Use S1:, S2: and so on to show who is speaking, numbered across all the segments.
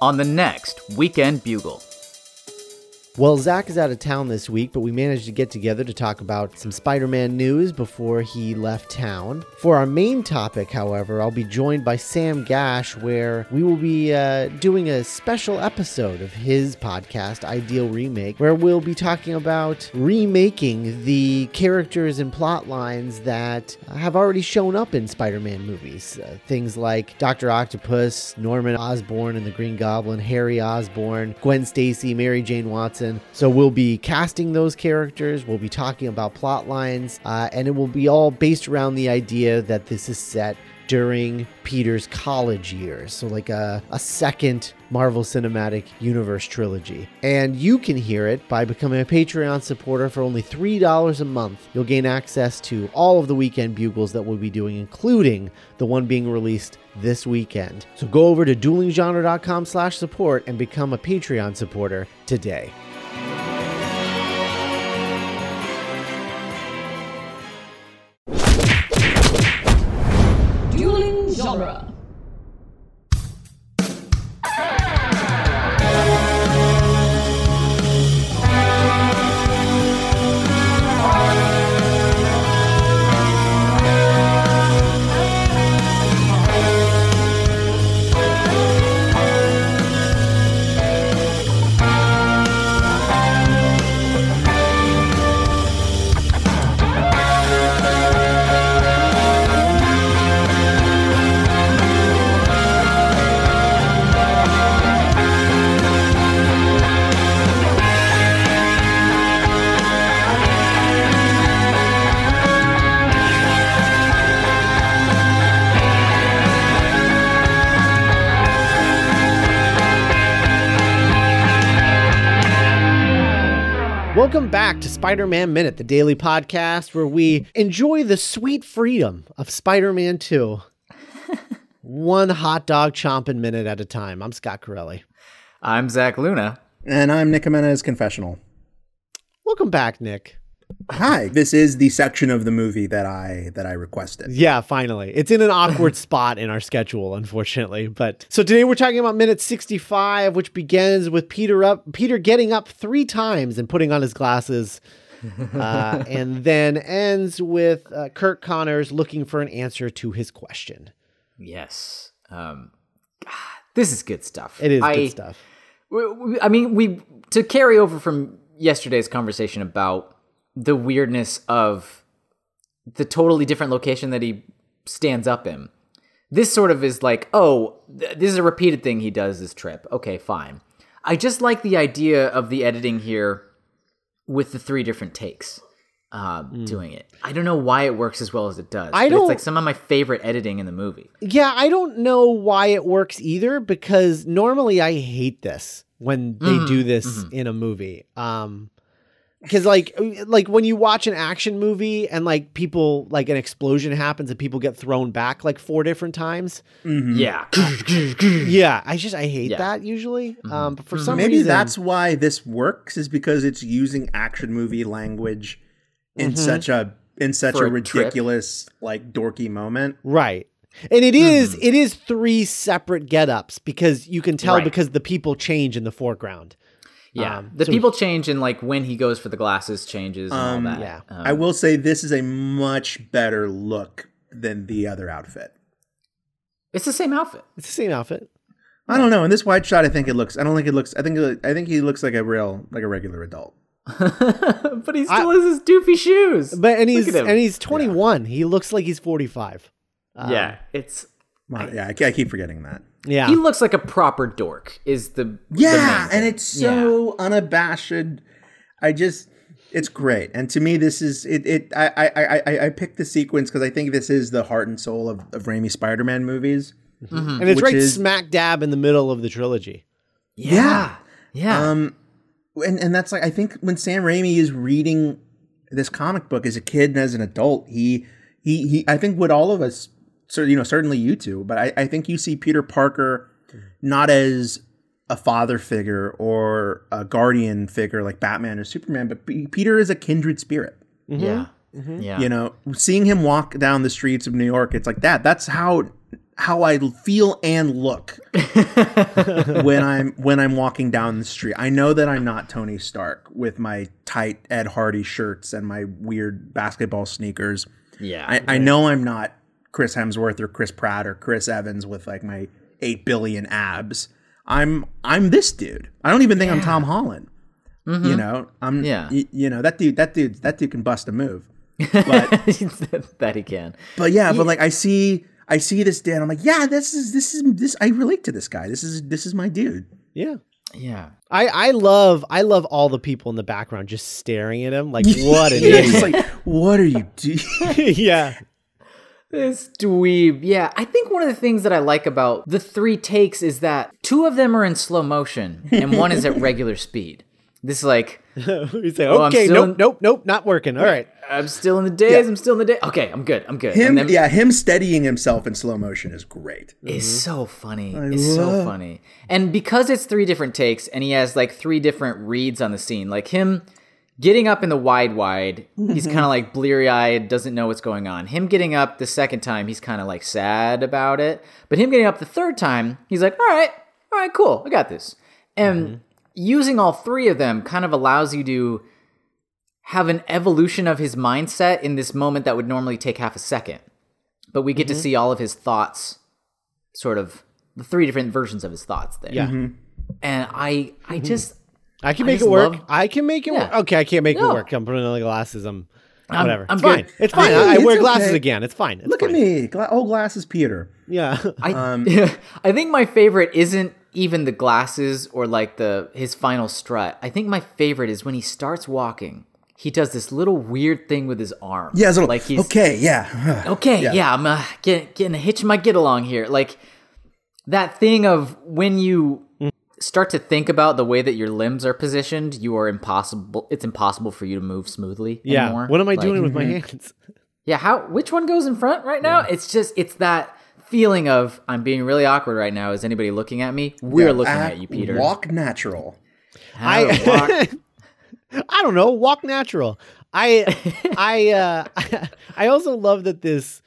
S1: on the next Weekend Bugle.
S2: Well, Zach is out of town this week, but we managed to get together to talk about some Spider Man news before he left town. For our main topic, however, I'll be joined by Sam Gash, where we will be uh, doing a special episode of his podcast, Ideal Remake, where we'll be talking about remaking the characters and plot lines that have already shown up in Spider Man movies. Uh, things like Dr. Octopus, Norman Osborn and the Green Goblin, Harry Osborn, Gwen Stacy, Mary Jane Watson. So we'll be casting those characters, we'll be talking about plot lines, uh, and it will be all based around the idea that this is set during Peter's college years. So, like a, a second Marvel Cinematic Universe trilogy. And you can hear it by becoming a Patreon supporter for only $3 a month. You'll gain access to all of the weekend bugles that we'll be doing, including the one being released this weekend. So go over to duelinggenre.com slash support and become a Patreon supporter today.
S3: Dueling Genre.
S2: Welcome back to Spider Man Minute, the daily podcast where we enjoy the sweet freedom of Spider Man 2. One hot dog chomping minute at a time. I'm Scott Corelli.
S1: I'm Zach Luna.
S4: And I'm Nick Jimenez Confessional.
S2: Welcome back, Nick.
S4: Hi, this is the section of the movie that I that I requested.
S2: Yeah, finally. It's in an awkward spot in our schedule, unfortunately. But so today we're talking about minute 65, which begins with Peter up Peter getting up three times and putting on his glasses. uh, and then ends with uh, Kirk Connors looking for an answer to his question.
S1: Yes. Um, God, this is good stuff.
S2: It is
S1: I,
S2: good stuff.
S1: we- we- I mean, we to carry over from yesterday's conversation about the weirdness of the totally different location that he stands up in. This sort of is like, oh, th- this is a repeated thing he does this trip. Okay, fine. I just like the idea of the editing here with the three different takes uh, doing it. I don't know why it works as well as it does.
S2: Mm. I
S1: but
S2: don't-
S1: It's like some of my favorite editing in the movie.
S2: Yeah, I don't know why it works either because normally I hate this when they do
S1: Mm-hmm,
S2: this in a movie. Um cuz like like when you watch an action movie and like people like an explosion happens and people get thrown back like four different times.
S1: Yeah.
S2: Yeah, I just I hate
S1: Mm. Yeah. Mm-hmm.
S2: that usually. Um but for some
S4: Maybe
S2: reason
S4: that's why this works is because it's using action movie language in such a in such
S1: For
S4: a
S1: a trip.
S4: ridiculous like dorky moment.
S2: Right. And it is it is three separate get-ups because you can tell
S1: Mm-hmm. Right.
S2: because the people change in the foreground.
S1: Yeah,
S2: Um,
S1: the
S2: so-
S1: people change and like when he goes for the glasses changes and all that.
S2: yeah.
S1: Um,
S4: I will say this is a much better look than the other outfit.
S1: it's the same outfit.
S2: It's the same outfit.
S4: I don't know. In this wide shot, I think it looks. I don't think it looks. I think. it- I think he looks like a real, like a regular adult.
S1: but he still has his doofy shoes.
S2: But and
S1: Look
S2: he's
S1: at him.
S2: and he's 21. He looks like he's 45. Um,
S1: yeah, it's
S4: My- yeah, I, I keep forgetting that.
S2: Yeah.
S1: he looks like a proper dork. Is the
S4: Yeah,
S1: the main
S4: and
S1: thing.
S4: it's so unabashed. I just, it's great. And to me, this is it. it I, I, I, I- I picked the sequence because I think this is the heart and soul of of Raimi Spider-Man movies.
S2: Mm-hmm.
S1: Mm-hmm.
S2: and it's
S4: which
S2: right
S4: is-
S2: smack dab in the middle of the trilogy.
S1: yeah, yeah.
S4: Um, and and that's like I think when Sam Raimi is reading this comic book as a kid and as an adult, he he he. I think what all of us, so you know, certainly you two, but I, I think you see Peter Parker not as a father figure or a guardian figure like Batman or Superman, but P- Peter is a kindred spirit.
S1: Um, mm-hmm. yeah, yeah.
S4: You know, seeing him walk down the streets of New York, it's like that. That's how how I feel and look when I'm when I'm walking down the street. I know that I'm not Tony Stark with my tight Ed Hardy shirts and my weird basketball sneakers.
S1: Yeah.
S4: I, I know I'm not Chris Hemsworth or Chris Pratt or Chris Evans with like my eight billion abs. I'm I'm this dude. I don't even think I'm Tom Holland. You know, I'm
S1: Mm-hmm. Yeah.
S4: yeah. you know that dude. That dude. That dude can bust a move.
S1: that he can.
S4: But yeah, but like I see, I see this Dan. I'm like, yeah, this is this is this. I relate to this guy. This is this is my dude.
S2: Yeah.
S1: Yeah.
S2: I, I love I love all the people in the background just staring at him like what an
S4: You know,
S2: idiot.
S4: it's just like, what are you doing?
S2: yeah.
S1: This dweeb. Yeah, I think one of the things that I like about the three takes is that two of them are in slow motion and one is at regular speed. This like
S2: we say
S1: Oh, I'm
S2: okay,
S1: still-
S2: nope, nope, nope, not working. All right.
S1: I'm still in the days, I'm still in the day. Okay, I'm good. I'm good.
S4: Him,
S1: and then
S4: yeah, him steadying himself in slow motion is great.
S1: it's so funny. it's so funny. And because it's three different takes and he has like three different reads on the scene, like him getting up in the wide wide, he's kind of like bleary-eyed, doesn't know what's going on. Him getting up the second time, he's kind of like sad about it. But him getting up the third time, he's like, "All right. All right, cool. I got this." And using all three of them kind of allows you to have an evolution of his mindset in this moment that would normally take half a second. But we get to see all of his thoughts, sort of the three different versions of his thoughts there.
S2: Yeah.
S1: And I I just
S2: I can
S1: I
S2: make
S1: just
S2: it work.
S1: love-
S2: I can make it
S1: Yeah.
S2: work. Okay, I can't make
S1: No.
S2: it work. I'm putting on the glasses. I'm
S1: I'm-
S2: whatever.
S1: I'm
S2: it's fine.
S1: good.
S2: It's fine.
S4: Hey,
S2: I, I
S4: it's
S2: wear glasses
S4: okay.
S2: again. It's fine. It's
S4: Look
S2: fine.
S4: at me, Gla- old glasses Peter.
S2: Yeah.
S1: I I think my favorite isn't even the glasses or like the his final strut. I think my favorite is when he starts walking. He does this little weird thing with his arm.
S4: Yeah, it's a little,
S1: like he's
S4: okay, yeah.
S1: okay, yeah, I'm uh, getting getting a hitch in my get along here. Like that thing of when you start to think about the way that your limbs are positioned, you are impossible. It's impossible for you to move smoothly.
S2: yeah.
S1: anymore.
S2: What am I
S1: Like- mm-hmm.
S2: doing with my hands?
S1: Yeah, how? Which one goes in front right now? It's just it's that feeling of I'm being really awkward right now. Is anybody looking at me? We're looking
S4: Act-
S1: at you, Peter.
S4: Walk natural.
S1: How to walk.
S2: I don't know. Walk natural. I I uh I also love that this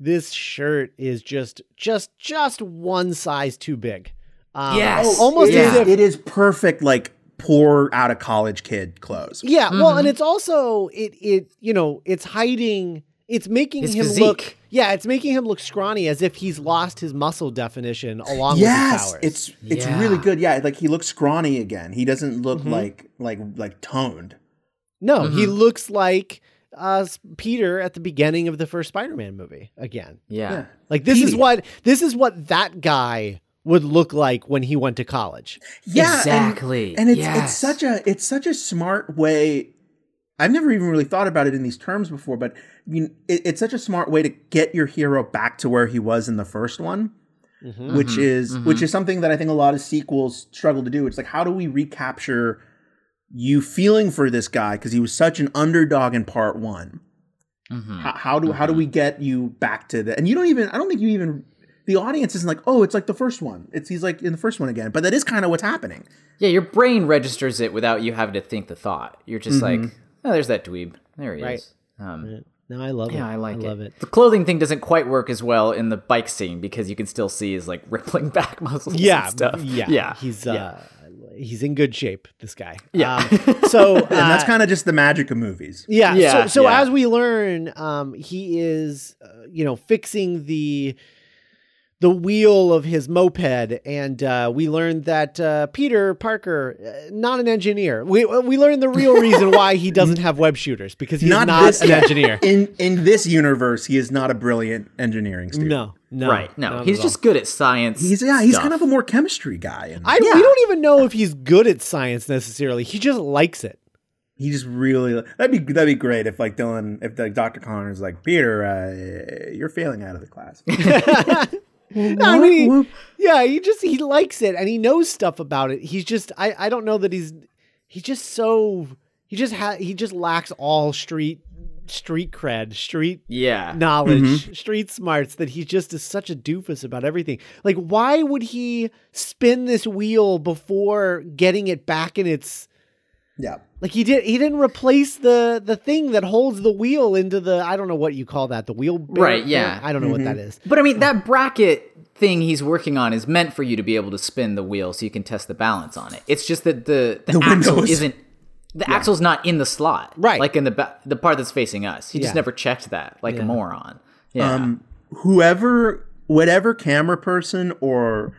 S2: this shirt is just just just one size too big. Um,
S1: Yes. Oh,
S2: almost
S1: yeah.
S2: as if
S4: It is perfect, like poor out of college kid clothes.
S2: Yeah, well,
S1: Mm-hmm.
S2: and it's also it it you know it's hiding it's making
S1: His
S2: him look
S1: physique.
S2: yeah it's making him look scrawny as if he's lost his muscle definition along
S4: Yes,
S2: with his powers.
S4: it's it's
S1: Yeah. Mm-hmm.
S4: really good. Yeah, like he looks scrawny again. He doesn't look like like like toned.
S2: no, he looks like uh S- Peter at the beginning of the first Spider-Man movie again.
S1: Yeah.
S4: Yeah.
S2: Like this is
S4: Petey.
S2: what this is what that guy would look like when he went to college.
S4: Yeah, and-
S1: Exactly.
S4: And, it's
S1: Yes.
S4: it's such a it's such a smart way. I've never even really thought about it in these terms before, but you it, it's such a smart way to get your hero back to where he was in the first one,
S1: Mm.
S2: Mhm.
S4: which is which is something that I think a lot of sequels struggle to do. It's like how do we recapture you feeling for this guy because he was such an underdog in part one.
S1: Mhm.
S4: How, how do how do we get you back to the? And you don't even I don't think you even the audience isn't like oh it's like the first one. It's he's like in the first one again, but that is kind of what's happening.
S1: Yeah, your brain registers it without you having to think the thought. You're just
S4: Mm-hmm.
S1: like, oh, there's that dweeb. There he
S2: Right.
S1: is. Um,
S2: No, I love it.
S1: yeah, I like it.
S2: love it.
S1: The clothing thing doesn't quite work as well in the bike scene because you can still see his like rippling back muscles.
S2: yeah,
S1: and stuff.
S2: Yeah,
S1: yeah.
S2: He's
S1: yeah.
S2: uh, he's in good shape. This guy.
S1: Yeah.
S2: Um, so uh,
S4: and that's kind of just the magic of movies.
S2: Yeah.
S1: Yeah,
S2: so so
S1: yeah.
S2: as we learn, um, he is, uh, you know, fixing the the wheel of his moped, and uh, we learn that uh, Peter Parker, uh, not an engineer. We uh, we learn the real reason why he doesn't
S1: Mm-hmm.
S2: have web shooters because he's not,
S4: Not this
S2: an
S4: guy.
S2: engineer.
S4: In in this universe, he is not a brilliant engineering student.
S2: No, no,
S1: Right. No,
S2: not
S1: he's
S2: at all.
S1: just good at science.
S4: He's yeah, he's
S1: stuff.
S4: kind of a more chemistry guy. And
S2: I we don't even know if he's good at science necessarily. He just likes it.
S4: he just really that'd be that'd be great if like Dylan if like Dr. Connor is like, Peter, uh, you're failing out of the class.
S2: I mean, yeah, he just he likes it and he knows stuff about it. He's just I I don't know that he's he's just so he just ha he just lacks all street street cred, street
S1: yeah.
S2: knowledge, street smarts that he just is such a doofus about everything. Like why would he spin this wheel before getting it back in its
S4: Yeah.
S2: Like he did, he didn't replace the the thing that holds the wheel into the I don't know what you call that the wheel. bear-
S1: Right, yeah.
S2: I don't know what that
S4: Mm-hmm.
S2: is.
S1: But I mean, that bracket thing he's working on is meant for you to be able to spin the wheel so you can test the balance on it. It's just that the the,
S4: The
S1: axle
S4: windows.
S1: isn't the axle's not in the slot,
S2: Right.
S1: Like in the ba- the part that's facing us. He
S2: Yeah.
S1: just never checked that, like a moron. Yeah,
S4: Whoever, whatever camera person or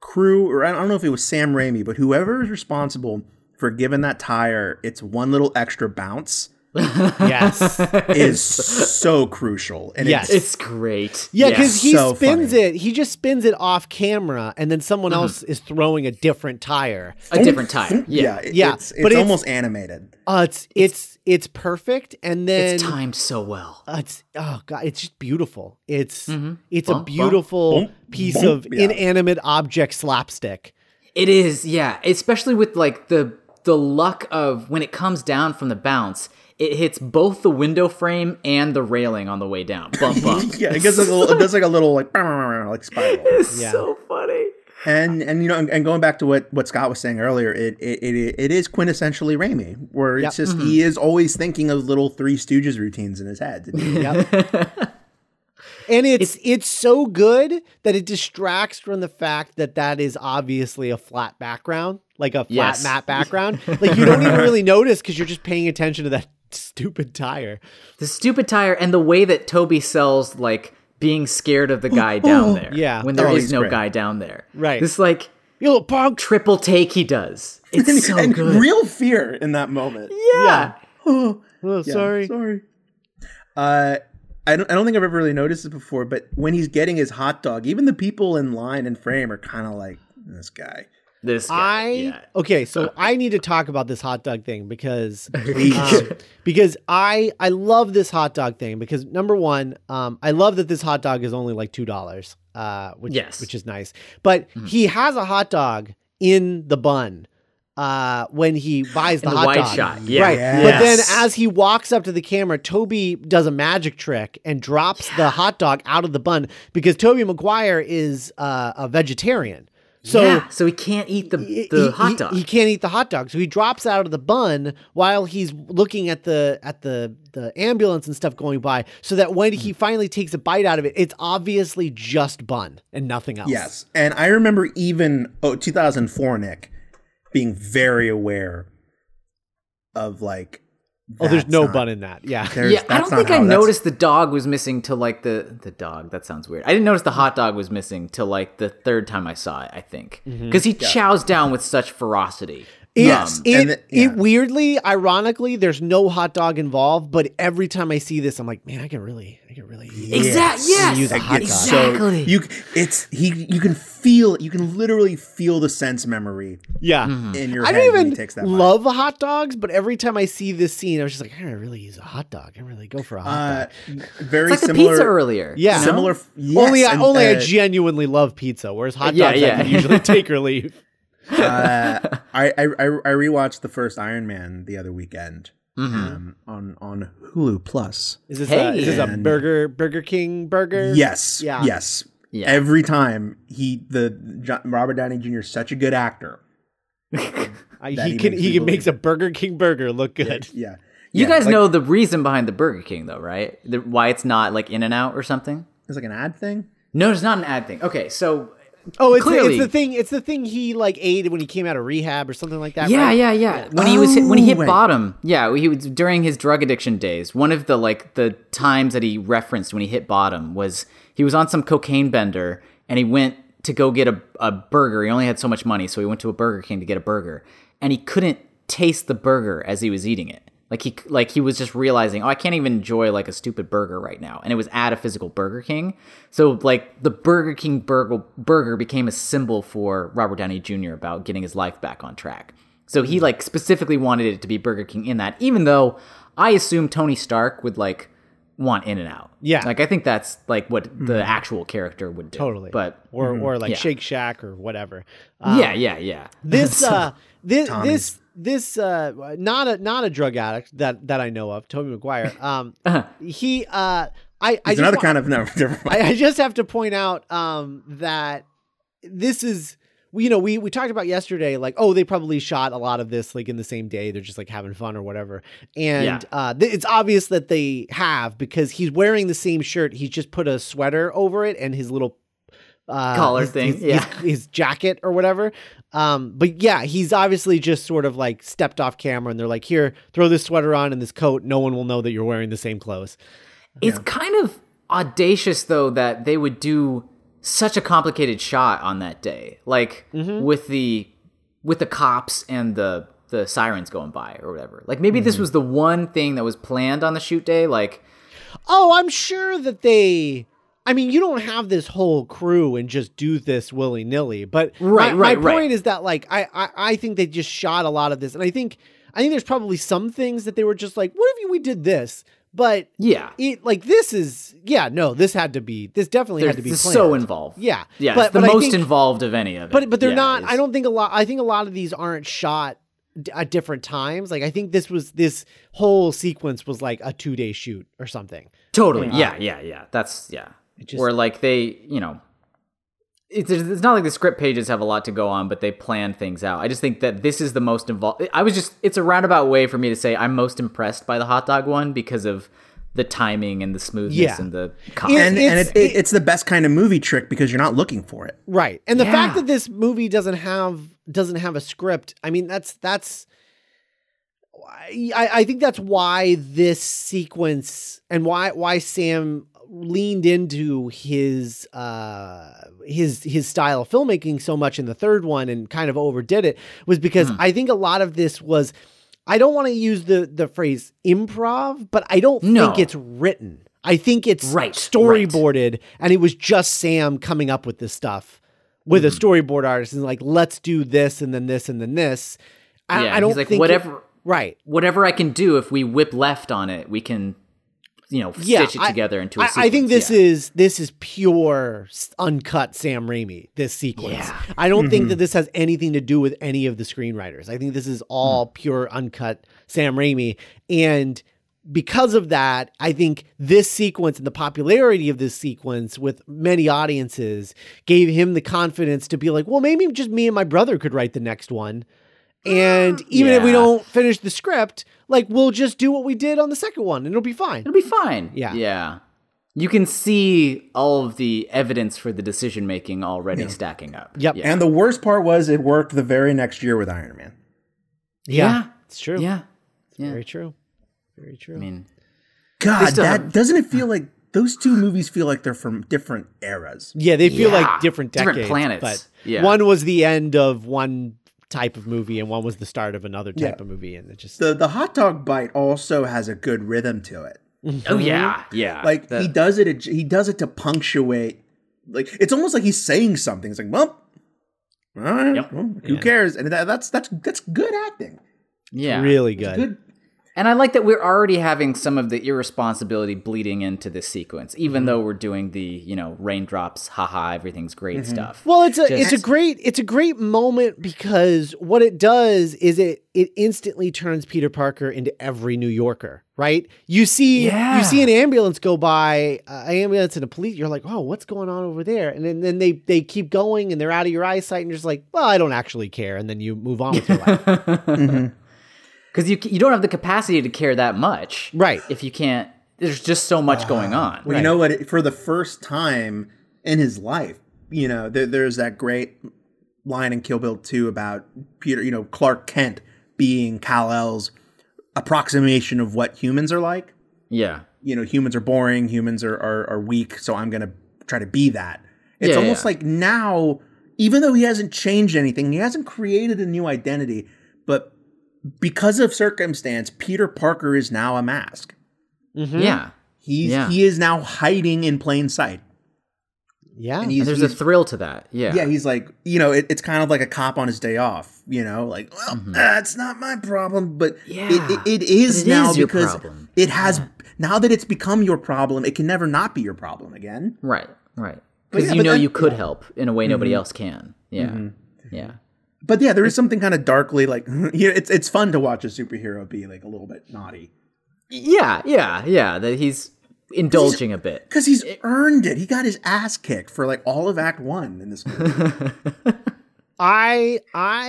S4: crew, or I don't know if it was Sam Raimi, but whoever is responsible for giving that tire its one little extra bounce
S2: Yes,
S4: is so crucial. And
S2: Yes.
S4: it's,
S1: it's great.
S2: yeah, because he
S4: so
S2: spins
S4: funny.
S2: it. He just spins it off camera, and then someone
S1: Mm-hmm.
S2: else is throwing a different tire.
S1: a different tire. Yeah,
S4: yeah, it-
S2: Yeah,
S4: it's, it's
S2: but it's-
S4: almost animated.
S2: Uh, it's it's it's perfect, and then
S1: it's timed so well.
S2: Uh, it's oh god, it's just beautiful. It's it's a
S1: Mm-hmm. Bump, bump,
S2: beautiful
S4: bump,
S2: piece
S4: bump,
S2: of
S4: yeah.
S2: inanimate object slapstick.
S1: It is, yeah. Especially with like the the luck of when it comes down from the bounce, it hits both the window frame and the railing on the way down. Bump bump.
S4: Yeah, it gets like a little, it does like a little like like spiral.
S1: It's so funny.
S4: And and you know, and, and going back to what what Scott was saying earlier, it it it, it is quintessentially Raimi, where it's just he is always thinking of little Three Stooges routines in his head.
S2: And it's, it's so good that it distracts from the fact that that is obviously a flat background, like a flat
S1: Yes.
S2: matte background. like you don't even really notice because you're just paying attention to that stupid tire.
S1: The stupid tire and the way that Toby sells like being scared of the guy down there.
S2: yeah.
S1: When there
S4: Oh,
S1: is
S4: he's
S1: no
S4: great.
S1: guy down there.
S2: Right.
S1: This like
S2: You little punk.
S1: triple take he does. It's so
S4: and
S1: good.
S4: real fear in that moment.
S1: yeah.
S4: Oh,
S2: Oh,
S4: yeah,
S2: sorry.
S4: sorry. Uh, I don't I don't think I've ever really noticed it before, but when he's getting his hot dog, even the people in line and frame are kind of like this guy.
S1: This guy.
S2: I
S1: yeah. Uh,
S2: okay, so I need to talk about this hot dog thing because um, because I I love this hot dog thing because number one, um, I love that this hot dog is only like two dollars, uh, which
S1: Yes.
S2: which is nice. But he has a hot dog in the bun. Uh, when he buys the,
S1: the
S2: hot
S1: wide
S2: dog,
S1: shot, yeah.
S2: right?
S4: Yes.
S2: But then, as he walks up to the camera, Toby does a magic trick and drops the hot dog out of the bun because Toby McGuire is uh, a vegetarian. So
S1: yeah. So he can't eat the,
S2: he-
S1: the
S2: he- he-
S1: hot dog.
S2: He can't eat the hot dog, so he drops out of the bun while he's looking at the at the the ambulance and stuff going by, so that when
S4: Mm.
S2: he finally takes a bite out of it, it's obviously just bun and nothing else.
S4: Yes. And I remember even oh, 2004 Nick being very aware of like
S2: Oh, there's
S4: that's
S2: no
S4: not-
S2: bun in that. Yeah.
S4: there's-
S1: yeah, I
S4: that's
S1: don't
S4: not
S1: think I
S4: how- that's-
S1: noticed the dog was missing till like the the dog. That sounds weird. I didn't notice the hot dog was missing till like the third time I saw it. I think because he chows down with such ferocity.
S2: Mm-hmm. It,
S4: Yes,
S2: it,
S4: and the- yeah.
S2: it weirdly, ironically, there's no hot dog involved, but every time I see this, I'm like, man, I can really, I can really. eat.
S1: Exact. Yes.
S2: use a hot dog.
S1: exactly.
S4: So you it's he you can feel you can literally feel the sense memory
S2: Yeah.
S4: in Mm-hmm. your
S2: Hmm. I
S4: head
S2: don't
S4: when
S2: even
S4: he takes that bite.
S2: love hot dogs, but every time I see this scene, I was just like, I gotta really use a hot dog. I really go for a hot
S4: uh,
S2: dog.
S4: very
S1: it's like
S4: similar
S1: the pizza earlier.
S2: Yeah.
S4: similar f- yes,
S2: only I,
S4: and,
S2: only I
S4: uh,
S2: genuinely love pizza, whereas hot
S1: Yeah,
S2: dogs I
S1: yeah.
S2: can usually take or leave.
S4: uh, I, I I rewatched the first Iron Man the other weekend
S2: Hmm.
S1: Mm-hmm.
S4: um, on on Hulu Plus.
S2: Is this, a,
S1: Hey.
S2: is this a
S4: And-
S2: burger Burger King burger?
S4: Yes.
S2: Yeah.
S4: Yes.
S1: Yeah.
S4: Every time he the Jo- Robert Downey Jr. is such a good actor.
S2: I,
S4: That
S2: he,
S4: he
S2: can
S4: makes
S2: he
S4: you
S2: can
S4: believe.
S2: makes a Burger King burger look good.
S4: Yeah.
S1: You
S4: Yeah,
S1: guys
S4: like-
S1: know the reason behind the Burger King though, right? The, why it's not like In and Out or something.
S4: it's like an ad thing.
S1: No, it's not an ad thing. Okay, so
S2: Oh, it's,
S1: Clearly.
S2: it's the thing. It's the thing he like ate when he came out of rehab or something like that.
S1: Yeah,
S2: right?
S1: yeah, yeah. When he was hit, when he hit
S4: Oh, wait.
S1: bottom, yeah, he was during his drug addiction days. One of the like the times that he referenced when he hit bottom was he was on some cocaine bender and he went to go get a, a burger. He only had so much money, so he went to a Burger King to get a burger, and he couldn't taste the burger as he was eating it. Like he like he was just realizing, oh, I can't even enjoy like a stupid burger right now. And it was at a physical Burger King, so like the Burger King burger burger became a symbol for Robert Downey Jr. about getting his life back on track. So he like specifically wanted it to be Burger King in that, even though I assume Tony Stark would like want In and Out.
S2: Yeah. Mm-hmm.
S1: like I think that's like what the actual character would do.
S2: Totally. Um,
S1: but
S2: Or
S4: Mm-hmm.
S2: or like
S1: Yeah.
S2: Shake Shack or whatever. Uh,
S1: yeah, yeah, yeah.
S2: this uh this
S4: Tommy's.
S2: this this uh not a not a drug addict that that I know of, Toby McGuire. Um
S1: Uh-huh.
S2: he uh I I just
S4: It's another
S2: wa-
S4: kind of no. Never mind.
S2: I, I just have to point out um that this is we- you know, we we talked about yesterday, like, oh, they probably shot a lot of this like in the same day. They're just like having fun or whatever. And
S1: Yeah.
S2: uh, th- it's obvious that they have because he's wearing the same shirt. He's just put a sweater over it and his little uh,
S1: Collar
S2: his-
S1: thing,
S2: his-
S1: yeah.
S2: his, his jacket or whatever. Um, but yeah, he's obviously just sort of like stepped off camera, and they're like, here, throw this sweater on and this coat. No one will know that you're wearing the same clothes.
S1: It's kind of audacious though that they would do such a complicated shot on that day, like
S2: Mm-hmm.
S1: with the with the cops and the the sirens going by or whatever. Like maybe
S2: Mm-hmm.
S1: this was the one thing that was planned on the shoot day. Like
S2: Oh, I'm sure that they. I mean, you don't have this whole crew and just do this willy nilly. But my-
S1: Right,
S2: my,
S1: right, right.
S2: point is that like I, I I think they just shot a lot of this, and I think I think there's probably some things that they were just like, what if we did this? But
S1: yeah,
S2: it like this is yeah no this had to be this definitely
S1: they're
S2: had to be
S1: it's
S2: planned.
S1: so involved.
S2: Yeah,
S1: yeah,
S2: but-
S1: it's the
S2: but I
S1: most
S2: think-
S1: involved of any of it.
S2: But but they're
S1: Yeah,
S2: not.
S1: it's-
S2: I don't think a lot. I think a lot of these aren't shot d- at different times. Like I think this was this whole sequence was like a two day shoot or something.
S1: Totally. Yeah, yeah, yeah. That's yeah.
S2: just-
S1: Where like they, you know, it's, it's not like the script pages have a lot to go on, but they plan things out. I just think that this is the most involved. I was just, it's a roundabout way for me to say I'm most impressed by the hot dog one because of the timing and the smoothness
S2: Yeah.
S1: and the cost.
S2: It-
S4: and and
S2: It's-
S4: it, it, it's the best kind of movie trick because you're not looking for it.
S2: Right. And the fact
S1: Yeah.
S2: that this movie doesn't have doesn't have a script, I mean that's that's I, I think that's why this sequence and why why Sam leaned into his uh his his style of filmmaking so much in the third one and kind of overdid it was
S1: Hmm.
S2: because I think a lot of this was I don't want to use the the phrase improv, but I don't
S1: No.
S2: think it's written. I think it's
S1: Right,
S2: storyboarded and it was just Sam coming up with this stuff with a
S1: Mm.
S2: storyboard artist and like let's do this and then this and then this. I,
S1: Yeah,
S2: I don't
S1: he's like,
S2: think it-
S1: "Whatever-
S2: right.
S1: Whatever I can do, if we whip left on it, we can, you know,
S2: Yeah,
S1: stitch it
S2: I-
S1: together into a
S2: I,
S1: sequence.
S2: I think this
S1: yeah.
S2: is this is pure s- uncut Sam Raimi. This sequence.
S1: Yeah.
S2: I don't think that this has anything to do with any of the screenwriters. I think this is all pure uncut Sam Raimi, and because of that, I think this sequence and the popularity of this sequence with many audiences gave him the confidence to be like, well, maybe just me and my brother could write the next one. And even if we
S1: Mm. Yeah.
S2: don't finish the script, like we'll just do what we did on the second one and it'll be fine.
S1: It'll be fine.
S2: Yeah.
S1: Yeah. You can see all of the evidence for the decision making already stacking up.
S2: Yep.
S1: Yeah.
S4: And the worst part was it worked the very next year with Iron Man.
S1: Yeah.
S2: It's true.
S1: Yeah.
S2: Very true. Very true.
S1: I mean,
S4: God,
S1: still
S4: that
S1: have-
S4: doesn't it feel like those two movies feel like they're from different eras.
S2: yeah, they feel
S1: Yeah.
S2: like different
S1: Different
S2: decades.
S1: planets.
S2: But
S1: Yeah.
S2: one was the end of one type of movie and one was the start of another type
S4: Yeah.
S2: of movie. And it just
S4: The the hot dog bite also has a good rhythm to it.
S1: oh yeah, yeah.
S4: Like
S1: The-
S4: he does it he does it to punctuate like it's almost like he's saying something. It's like, well, all right,
S1: Yep.
S4: well, who cares? And that, that's that's that's good acting.
S1: yeah,
S2: really good.
S4: Good
S1: And I like that we're already having some of the irresponsibility bleeding into this sequence,
S4: Mm-hmm.
S1: even though we're doing the you know raindrops, haha, everything's great
S4: Mm-hmm.
S1: stuff.
S2: Well, it's a
S1: Just-
S2: it's a great it's a great moment because what it does is it it instantly turns Peter Parker into every New Yorker, right? You see
S1: Yeah.
S2: you see an ambulance go by, uh, an ambulance and a police. You're like, oh, what's going on over there? And then, then they they keep going and they're out of your eyesight, and you're just like, well, I don't actually care. And then you move on with your life,
S1: because you you don't have the capacity to care that much,
S2: right?
S1: If you can't, there's just so much going on.
S4: Uh, Well, you know what? For the first time in his life, you know, there, there's that great line in Kill Bill 2 about Peter, you know, Clark Kent being Kal El's approximation of what humans are like.
S1: Yeah,
S4: You know, humans are boring, humans are, are, are weak, so I'm going to try to be that. It's
S1: Yeah,
S4: almost
S1: yeah.
S4: like now, even though he hasn't changed anything, he hasn't created a new identity, but because of circumstance, Peter Parker is now a mask. Mm-hmm.
S2: Mhm.
S1: yeah.
S4: He's,
S1: Yeah.
S4: He is now hiding in plain sight.
S2: yeah.
S4: And he's,
S1: And there's a
S4: he's-
S1: thrill to that. Yeah,
S4: yeah, he's like, you know, it, it's kind of like a cop on his day off, you know, like, well, that's not my problem, but
S1: Mm-hmm. Yeah.
S4: it, it, it is
S1: But it
S4: now
S1: is your
S4: because
S1: problem.
S4: it has now that it's become your problem, it can never not be your problem again.
S1: right, right.
S4: But
S1: Because
S4: yeah,
S1: you
S4: but
S1: know
S4: that-
S1: you could help in a way nobody else can. Yeah, yeah.
S4: But yeah, there is something kind of darkly like, you know, it's it's fun to watch a superhero be like a little bit naughty
S1: Yeah, yeah, yeah. That he's indulging a bit.
S4: because he's earned it. He got his ass kicked for like all of Act One in this movie.
S2: I I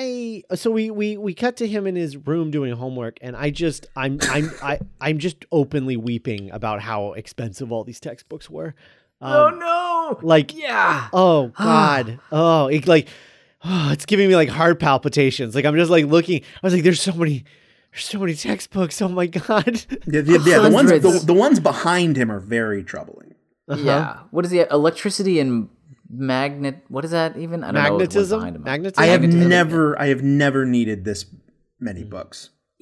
S2: so we we we cut to him in his room doing homework, and I just I'm I'm I I'm just openly weeping about how expensive all these textbooks were. Um,
S1: oh no!
S2: Like
S1: Yeah.
S2: oh god oh it like oh, it's giving me like heart palpitations. Like I'm just like looking. I was like, there's so many there's so many textbooks. Oh my god.
S4: Yeah, the, yeah, the ones the,
S1: Hundreds.
S4: the ones behind him are very troubling.
S1: Yeah. What is it? Electricity and magnet. What is that even? I don't know.
S2: Magnetism.
S1: Magnetism.
S2: Magnetism.
S4: I have
S1: Magnetism.
S4: never I have never needed this many
S1: Hmm.
S4: books.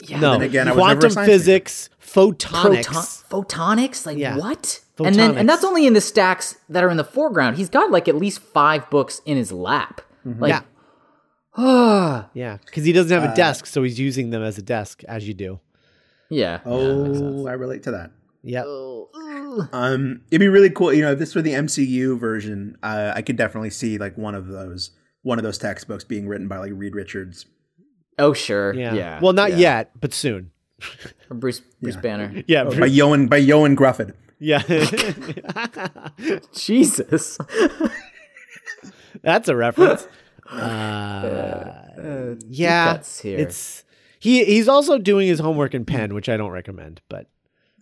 S1: yeah.
S2: no
S4: then again, I was never
S2: quantum
S4: assigned to it.
S2: physics, photonics.
S1: Photon- photonics? Like
S2: Yeah.
S1: what? And then
S2: Photonics.
S1: and that's only in the stacks that are in the foreground. He's got like at least five books in his lap. Like
S2: yeah. yeah, because he doesn't
S4: Uh,
S2: have a desk, so he's using them as a desk, as you do.
S1: yeah.
S4: Oh, I relate to that.
S2: Yeah.
S4: Um, it'd be really cool, you know, if this were the MCU version, uh, I could definitely see like one of those one of those textbooks being written by like Reed Richards.
S1: Oh sure.
S2: Yeah.
S1: Yeah.
S2: Well, not
S4: Yeah.
S2: yet, but soon.
S1: Or Bruce Bruce Banner.
S2: Yeah.
S4: By Yoan by Yoan Gruffin.
S2: yeah.
S1: Jesus.
S2: That's a reference. Uh, yeah.
S1: Uh, cuts here.
S2: It's he he's also doing his homework in pen, which I don't recommend, but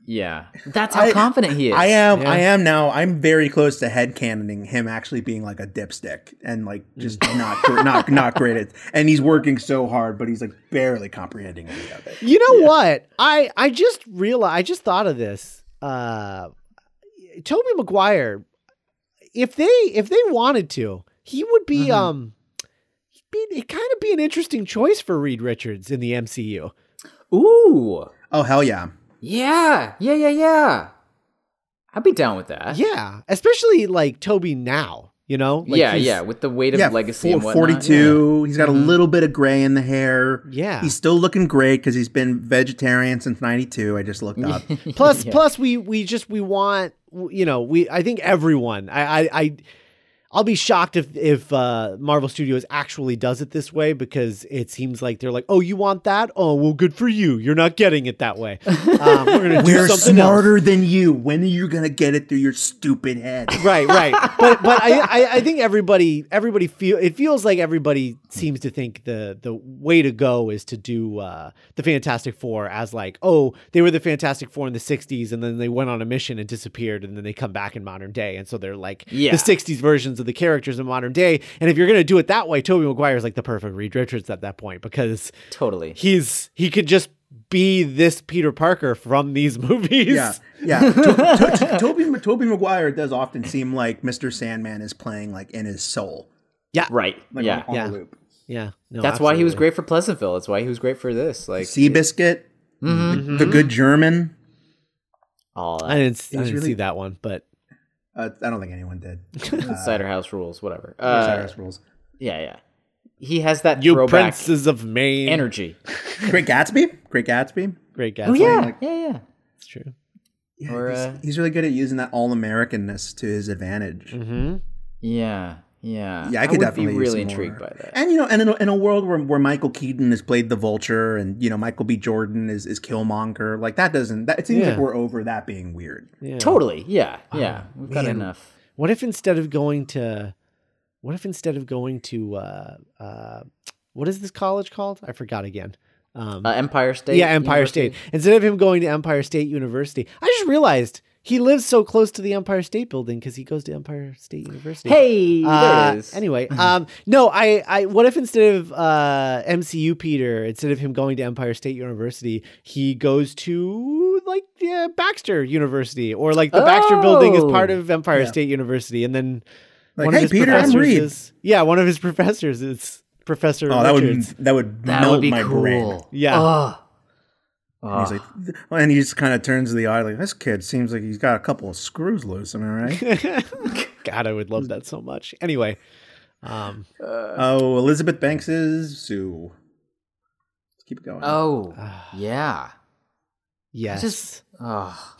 S1: yeah. That's how
S4: I-
S1: confident he is.
S4: I am
S2: Yeah.
S4: I am now I'm very close to headcanoning him actually being like a dipstick and like
S2: Mm.
S4: just not gr- not not great at and he's working so hard, but he's like barely comprehending any of it.
S2: You know what? I I just realized. I just thought of this. Uh, Toby Maguire, if they if they wanted to, he would
S1: Mm-hmm.
S2: be um, he'd be he'd kind of be an interesting choice for Reed Richards in the MCU.
S1: Ooh.
S4: Oh hell yeah.
S1: Yeah. Yeah, yeah, yeah. I'd be down with that.
S2: Yeah, especially like Toby now. You know. Like,
S1: yeah,
S2: he's-
S1: yeah, with the weight of
S4: yeah,
S1: legacy
S4: four-
S1: and whatnot.
S4: 42. He's got a little bit of gray in the hair.
S2: Mm-hmm. Yeah.
S4: He's still looking great because he's been vegetarian since 92. I just looked up.
S2: Plus, plus we we just we want you know we I think everyone I I. I I'll be shocked if if uh, Marvel Studios actually does it this way because it seems like they're like, oh, you want that? Oh, well, good for you. You're not getting it that way. Um, we're gonna do
S4: We're
S2: something else.
S4: smarter than you. When are you going to get it through your stupid head?
S2: Right, right. But but I, I, I think everybody everybody feel it feels like everybody seems to think the the way to go is to do uh, the Fantastic Four as like, oh, they were the Fantastic Four in the '60s, and then they went on a mission and disappeared, and then they come back in modern day, and so they're like
S1: Yeah.
S2: the '60s versions of the characters in modern day. And if you're gonna do it that way, Toby Maguire is like the perfect Reed Richards at that point because
S1: Totally.
S2: he's he could just be this Peter Parker from these movies.
S4: Yeah, yeah. To- to- to- Toby Toby Maguire does often seem like Mr. Sandman is playing like in his soul,
S1: Right.
S4: like
S1: yeah.
S4: on, on
S2: Yeah.
S4: a loop.
S2: yeah. No,
S1: That's why he was
S2: absolutely.
S1: great for Pleasantville. That's why he was great for this. Like
S4: Seabiscuit,
S1: mhm.
S4: the good German.
S1: all that.
S2: I didn't, I didn't
S4: really-
S2: see that one, but
S4: Uh, I don't think anyone did.
S1: cider house rules, whatever.
S4: Uh,
S1: Uh,
S4: Cyrus rules.
S1: Yeah, yeah. He has that
S2: you
S1: throwback
S2: princes of Maine,
S1: energy.
S4: Great Gatsby. Great Gatsby.
S2: great guys.
S1: Oh yeah,
S4: like-
S1: yeah, yeah.
S2: that's true.
S4: Yeah,
S1: Or,
S4: he's,
S1: uh,
S4: he's really good at using that all Americanness to his advantage.
S2: Mm-hmm.
S1: Yeah, yeah.
S4: Yeah, I could
S1: would
S4: definitely
S1: be
S4: use
S1: really
S4: some
S1: intrigued
S4: more.
S1: by that.
S4: And you know, and in a, in a world where, where Michael Keaton has played the Vulture, and you know Michael B. Jordan is is Killmonger, like that doesn't that it seems
S2: Yeah.
S4: like we're over that being weird.
S2: Yeah.
S1: Totally. Yeah, yeah. We've got
S2: man.
S1: enough.
S2: What if instead of going to, what if instead of going to, uh, uh, what is this college called? I forgot again. Um,
S1: Uh, Empire State.
S2: yeah, Empire
S1: University?
S2: State. Instead of him going to Empire State University, I just realized he lives so close to the Empire State Building because he goes to Empire State University.
S1: Hey,
S2: Uh,
S1: there it is.
S2: Anyway, um, no, I, I, what if instead of uh, MCU Peter, instead of him going to Empire State University, he goes to like yeah, Baxter University or like the Baxter Building is part
S1: Oh.
S2: of Empire State University, and then
S4: Like,
S2: one of
S4: hey,
S2: his
S4: Peter, I'm
S2: professors
S4: Reed.
S2: is yeah, one of his professors is Professor
S4: Oh, that would
S2: Richards.
S4: that would
S1: that
S4: melt
S1: would be
S4: my
S1: cool. Ah.
S4: brain.
S2: Yeah.
S1: Ugh.
S4: And
S1: Ugh.
S4: he's like, th- and he just kind of turns to the eye like, this kid seems like he's got a couple of screws loose. Am I right?
S2: God, I would love that so much. Anyway, um,
S4: oh, Elizabeth Banks's Sue. Let's keep going.
S1: oh,
S2: Ah.
S1: yeah.
S2: yes,
S1: Just, oh,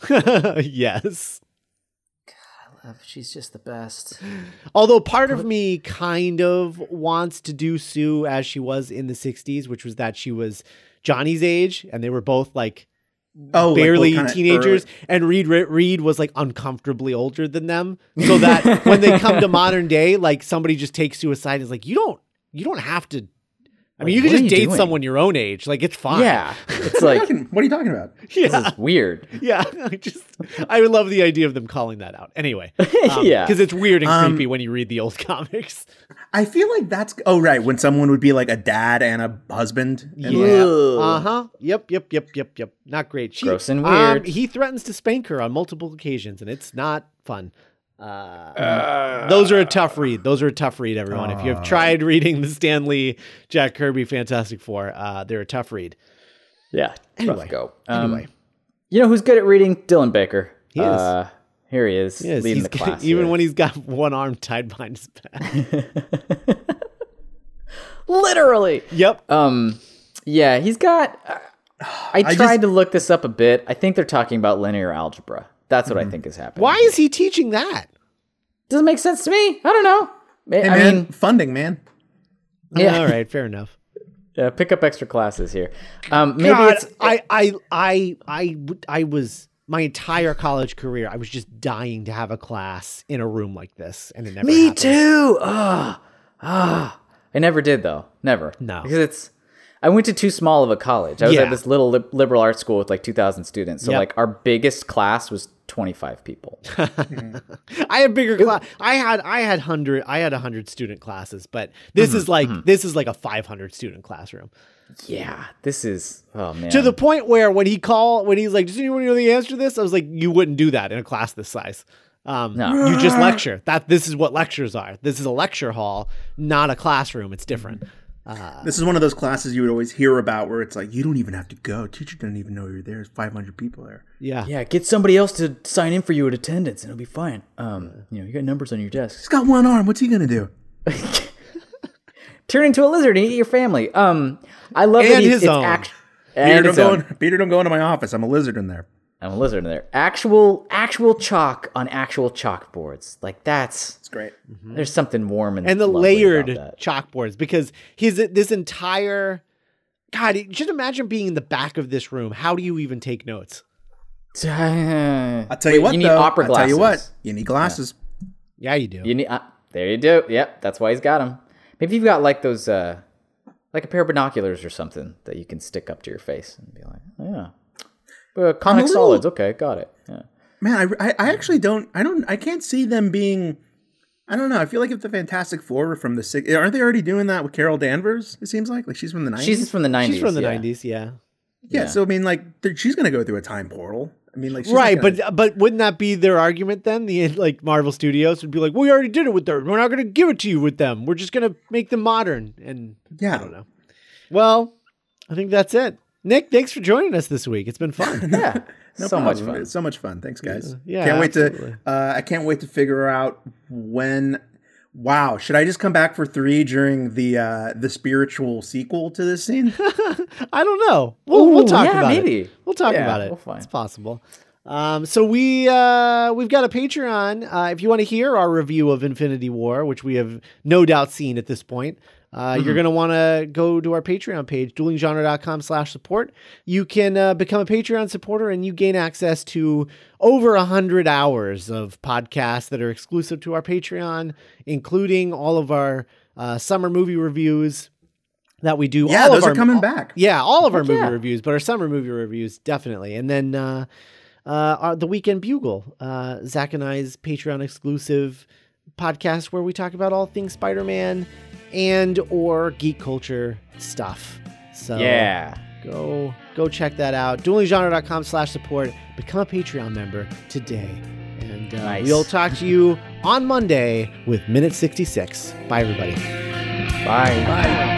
S2: yes.
S1: I love. She's just the best.
S2: Although part of me kind of wants to do Sue as she was in the 60s, which was that she was Johnny's age and they were both like
S4: oh, like,
S2: barely
S4: what kinda
S2: teenagers
S4: early-
S2: and Reed Re- Reed was like uncomfortably older than them. So that when they come to modern day, like somebody just takes Sue aside and is like, "You don't you don't have to. I
S1: Like,
S2: mean, you
S1: what
S2: can
S1: are
S2: just
S1: you
S2: date
S1: doing?
S2: someone your own age. Like it's fine.
S1: Yeah. It's like,
S4: Fucking- what are you talking about?
S1: this
S2: yeah,
S1: is weird.
S2: yeah. I just I would love the idea of them calling that out. Anyway,
S1: Yeah.
S2: because it's weird and
S4: Um,
S2: creepy when you read the old comics.
S4: I feel like that's oh right when someone would be like a dad and a husband. And
S2: Yeah.
S1: Ugh.
S2: Uh huh. Yep. Yep. Yep. Yep. Yep. Not great. She,
S1: Gross and
S2: um,
S1: weird.
S2: he threatens to spank her on multiple occasions, and it's not fun. Uh, those are a tough read. Those are a tough read, everyone. if you have tried reading the Stanley Jack Kirby Fantastic Four, uh, they're a tough read.
S1: Yeah.
S2: Anyway.
S1: rough go. Um,
S2: Anyway.
S1: You know who's good at reading? Dylan Baker.
S2: He is.
S1: Uh, here he is,
S2: Yes,
S1: leading
S2: he's
S1: the
S2: got-
S1: class.
S2: even
S1: here.
S2: when he's got one arm tied behind his back.
S1: literally.
S2: yep.
S1: Um, yeah, he's got. Uh, I tried
S4: just-
S1: to look this up a bit. I think they're talking about linear algebra. That's
S2: Mm-hmm.
S1: what I think is happening.
S2: Why is he teaching that?
S1: doesn't make sense to me? I don't know. Ma-
S4: Hey,
S1: I
S4: man,
S1: mean,
S4: funding man.
S1: Yeah.
S2: All right. Fair enough.
S1: yeah, pick up extra classes here. Um, maybe
S2: God,
S1: it's
S2: I, I, I, I, w- I was my entire college career. I was just dying to have a class in a room like this, and it never.
S1: Me
S2: happened.
S1: too. Ah, ah. I never did though. Never.
S2: No.
S1: Because it's. I went to too small of a college. I was
S2: Yeah.
S1: at this little lib- liberal arts school with like 2,000 students. So
S2: Yep.
S1: like our biggest class was 25 people.
S2: I had bigger class. I had, I had hundred, I had hundred student classes, but this is like this is like a five hundred student classroom
S1: yeah. This is. Oh man.
S2: to the point where when he call when he's like, "Does anyone know the answer to this?" I was like, "You wouldn't do that in a class this size." Um,
S1: No.
S2: You just lecture. That this is what lectures are. This is a lecture hall, not a classroom. It's different.
S4: This is one of those classes you would always hear about where it's like you don't even have to go. Teacher doesn't even know you're there. There's 500 people there.
S2: Yeah.
S1: Yeah. Get somebody else to sign in for you at attendance, and it'll be fine. Um. You know, you got numbers on your desk.
S4: He's got one arm. What's he gonna do?
S1: Turn into a lizard and eat your family. Um. I love that
S2: And
S1: he's,
S2: his
S1: it's
S2: own.
S1: act-
S4: Peter,
S1: and
S4: don't
S1: his
S4: go.
S1: own.
S4: In, Peter, don't go into my office. I'm a lizard in there.
S1: I'm a lizard in there. Actual, actual chalk on actual chalkboards. Like that's
S4: It's great.
S1: There's something warm and
S2: and the
S1: lovely
S2: layered
S1: about that.
S2: chalkboards because his this entire God, you- just imagine being in the back of this room. How do you even take notes?
S4: I'll tell you what.
S1: You need
S4: though,
S1: opera
S4: I'll tell you what.
S1: glasses.
S4: You need glasses.
S2: Yeah, you do.
S1: You need. Uh, there you do. Yep, that's why he's got them. Maybe you've got like those, uh, like a pair of binoculars or something that you can stick up to your face and be like, yeah, uh, conic
S4: little-
S1: solids. Okay, got it. Yeah.
S4: Man, I, I, I actually don't. I don't. I can't see them being. I don't know. I feel like if the Fantastic Four were from the six, aren't they already doing that with Carol Danvers? It seems like like she's from the 90s.
S1: She's from the '90s.
S2: She's from the
S1: yeah.
S2: '90s, yeah.
S4: yeah,
S1: yeah.
S4: So I mean, like they're- she's gonna go through a time portal. I mean, like she's not
S2: right,
S4: gonna-
S2: but but wouldn't that be their argument then? The like Marvel Studios would be like, "We already did it with them. We're not going to give it to you with them. We're just going to make them modern." And
S4: yeah,
S2: I don't know. Well, I think that's it. Nick, thanks for joining us this week. It's been fun.
S1: Yeah,
S4: No
S1: so
S4: problem.
S1: much fun.
S4: It's so much fun. Thanks, guys.
S2: Yeah,
S4: can't wait
S2: absolutely.
S4: to. Uh, I can't wait to figure out when. Wow, should I just come back for three during the uh, the spiritual sequel to this scene?
S2: I don't know. We'll, we'll
S1: Ooh,
S2: talk
S1: yeah,
S2: about it.
S1: maybe.
S2: We'll talk
S1: Yeah,
S2: about it.
S1: we'll find.
S2: It's possible. Um, so we uh, we've got a Patreon. Uh, if you want to hear our review of Infinity War, which we have no doubt seen at this point, uh,
S1: Mm-hmm.
S2: you're gonna want to go to our Patreon page, duelinggenre.com/support. You can uh, become a Patreon supporter, and you gain access to over a hundred hours of podcasts that are exclusive to our Patreon, including all of our uh, summer movie reviews that we do.
S4: yeah,
S2: all of
S4: those are
S2: our-
S4: coming back.
S2: yeah, all of our movie
S1: yeah.
S2: reviews, but our summer movie reviews definitely, and then uh, uh, our, the Weekend Bugle, uh, Zach and I's Patreon exclusive podcast where we talk about all things Spider-Man and or geek culture stuff. So
S1: Yeah.
S2: go go check that out. Duelinggenre.com slash support. Become a Patreon member today, and uh,
S1: Nice.
S2: we'll talk to you on Monday with Minute 66. Bye everybody.
S1: Bye.
S4: Bye.